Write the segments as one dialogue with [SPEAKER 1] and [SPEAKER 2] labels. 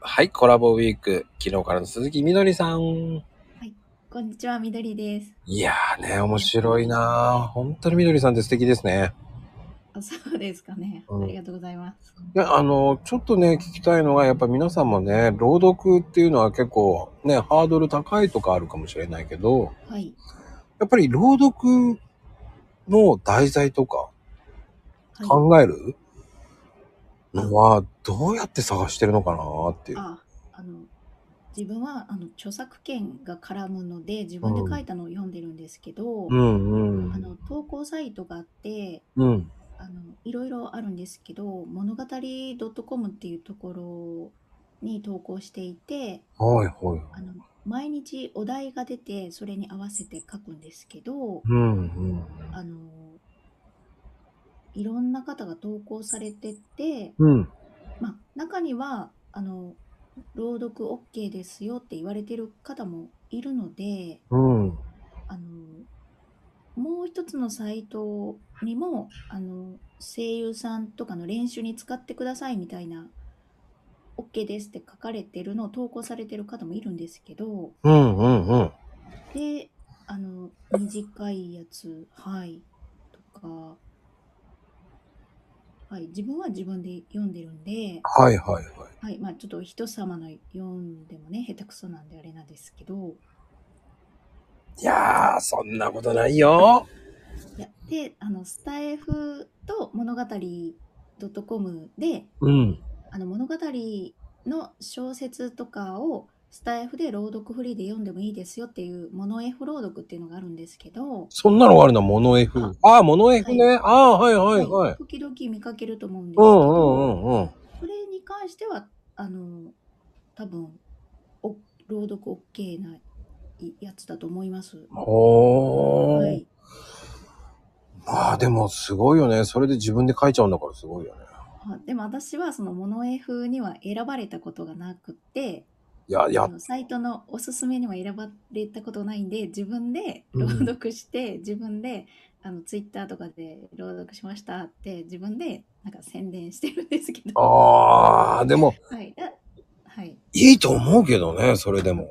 [SPEAKER 1] はい、コラボウィーク。昨日からの鈴木みどりさん。
[SPEAKER 2] こんにちは、みどりです。
[SPEAKER 1] いやーね、面白いなー本当にみどりさんって素敵ですね。
[SPEAKER 2] あそうですかね。
[SPEAKER 1] うん
[SPEAKER 2] ありがとうございます。
[SPEAKER 1] ね、あの、ちょっとね、聞きたいのが、やっぱ皆さんもね、朗読っていうのは結構ね、ハードル高いとかあるかもしれないけど、
[SPEAKER 2] はい。
[SPEAKER 1] やっぱり朗読の題材とか
[SPEAKER 2] は
[SPEAKER 1] 考えるのは、どうやって探してるのかなーってい
[SPEAKER 2] い、
[SPEAKER 1] う。
[SPEAKER 2] あ、あの、自分はあの著作権が絡むので、自分で書いたのを読んでるんですけど、
[SPEAKER 1] うんう
[SPEAKER 2] あ
[SPEAKER 1] ん。
[SPEAKER 2] の投稿サイトがあって、
[SPEAKER 1] うん。
[SPEAKER 2] あのいろいろあるんですけど、物語 .com っていうところに投稿していて、
[SPEAKER 1] はいはい。
[SPEAKER 2] あの毎日お題が出て、それに合わせて書くんですけど、
[SPEAKER 1] うんうん。
[SPEAKER 2] あのいろんな方が投稿されてて、
[SPEAKER 1] うん。
[SPEAKER 2] まあ、中にはあの朗読 OK ですよって言われてる方もいるので
[SPEAKER 1] うん。
[SPEAKER 2] あのもう一つのサイトにもあの声優さんとかの練習に使ってくださいみたいな OK ですって書かれてるのを投稿されてる方もいるんですけど
[SPEAKER 1] うんうんうん。
[SPEAKER 2] であの短いやつはいとか。はい、自分は自分で読んでるんで、
[SPEAKER 1] はいはいはい。
[SPEAKER 2] はい、まあちょっと人様の読んでもね、下手くそなんであれなんですけど、
[SPEAKER 1] いやー、そんなことないよ。
[SPEAKER 2] いやで、あの、スタイフと物語 .com で、
[SPEAKER 1] うん。
[SPEAKER 2] あの、物語の小説とかをスタイフで朗読フリーで読んでもいいですよっていう、モノエフ朗読っていうのがあるんですけど、
[SPEAKER 1] そんなのがあるのモノ F
[SPEAKER 2] あ。
[SPEAKER 1] ああ、モノ F ね。ああー、はいはいはい。
[SPEAKER 2] 時々見かけると思うんですけ
[SPEAKER 1] う
[SPEAKER 2] ど、
[SPEAKER 1] んうんうんうん。
[SPEAKER 2] それに関しては、あの、多分、お朗読 OK ないやつだと思います。
[SPEAKER 1] ほー。
[SPEAKER 2] はい。
[SPEAKER 1] まあでもすごいよね。それで自分で書いちゃうんだからすごいよね。
[SPEAKER 2] あでも私はそのモノ F には選ばれたことがなくて
[SPEAKER 1] いや、や
[SPEAKER 2] あ、のサイトのおすすめには選ばれたことないんで自分で
[SPEAKER 1] うん
[SPEAKER 2] 朗読して、自分であのツイッターとかで朗読しましたって自分でなんか宣伝してるんですけど、
[SPEAKER 1] ああ、でも
[SPEAKER 2] はいだはい、
[SPEAKER 1] いいと思うけどね、それでも。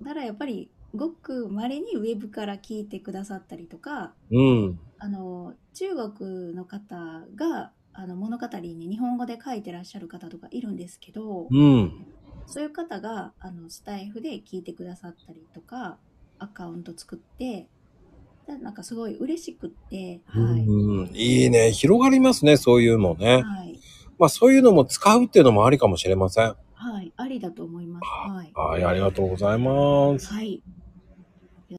[SPEAKER 2] だからやっぱりごくまれにウェブから聞いてくださったりとか
[SPEAKER 1] うん。
[SPEAKER 2] あの中国の方があの物語に日本語で書いてらっしゃる方とかいるんですけど。
[SPEAKER 1] うん。
[SPEAKER 2] そういう方があのスタイフで聞いてくださったりとかアカウント作ってだなんかすごい嬉しくって、はい
[SPEAKER 1] うん、いいね。広がりますね、そういうのね。
[SPEAKER 2] はい
[SPEAKER 1] まあそういうのも使うっていうのもありかもしれません。
[SPEAKER 2] はい、ありだと思います。はい、
[SPEAKER 1] はい、ありがとうございます。
[SPEAKER 2] はい、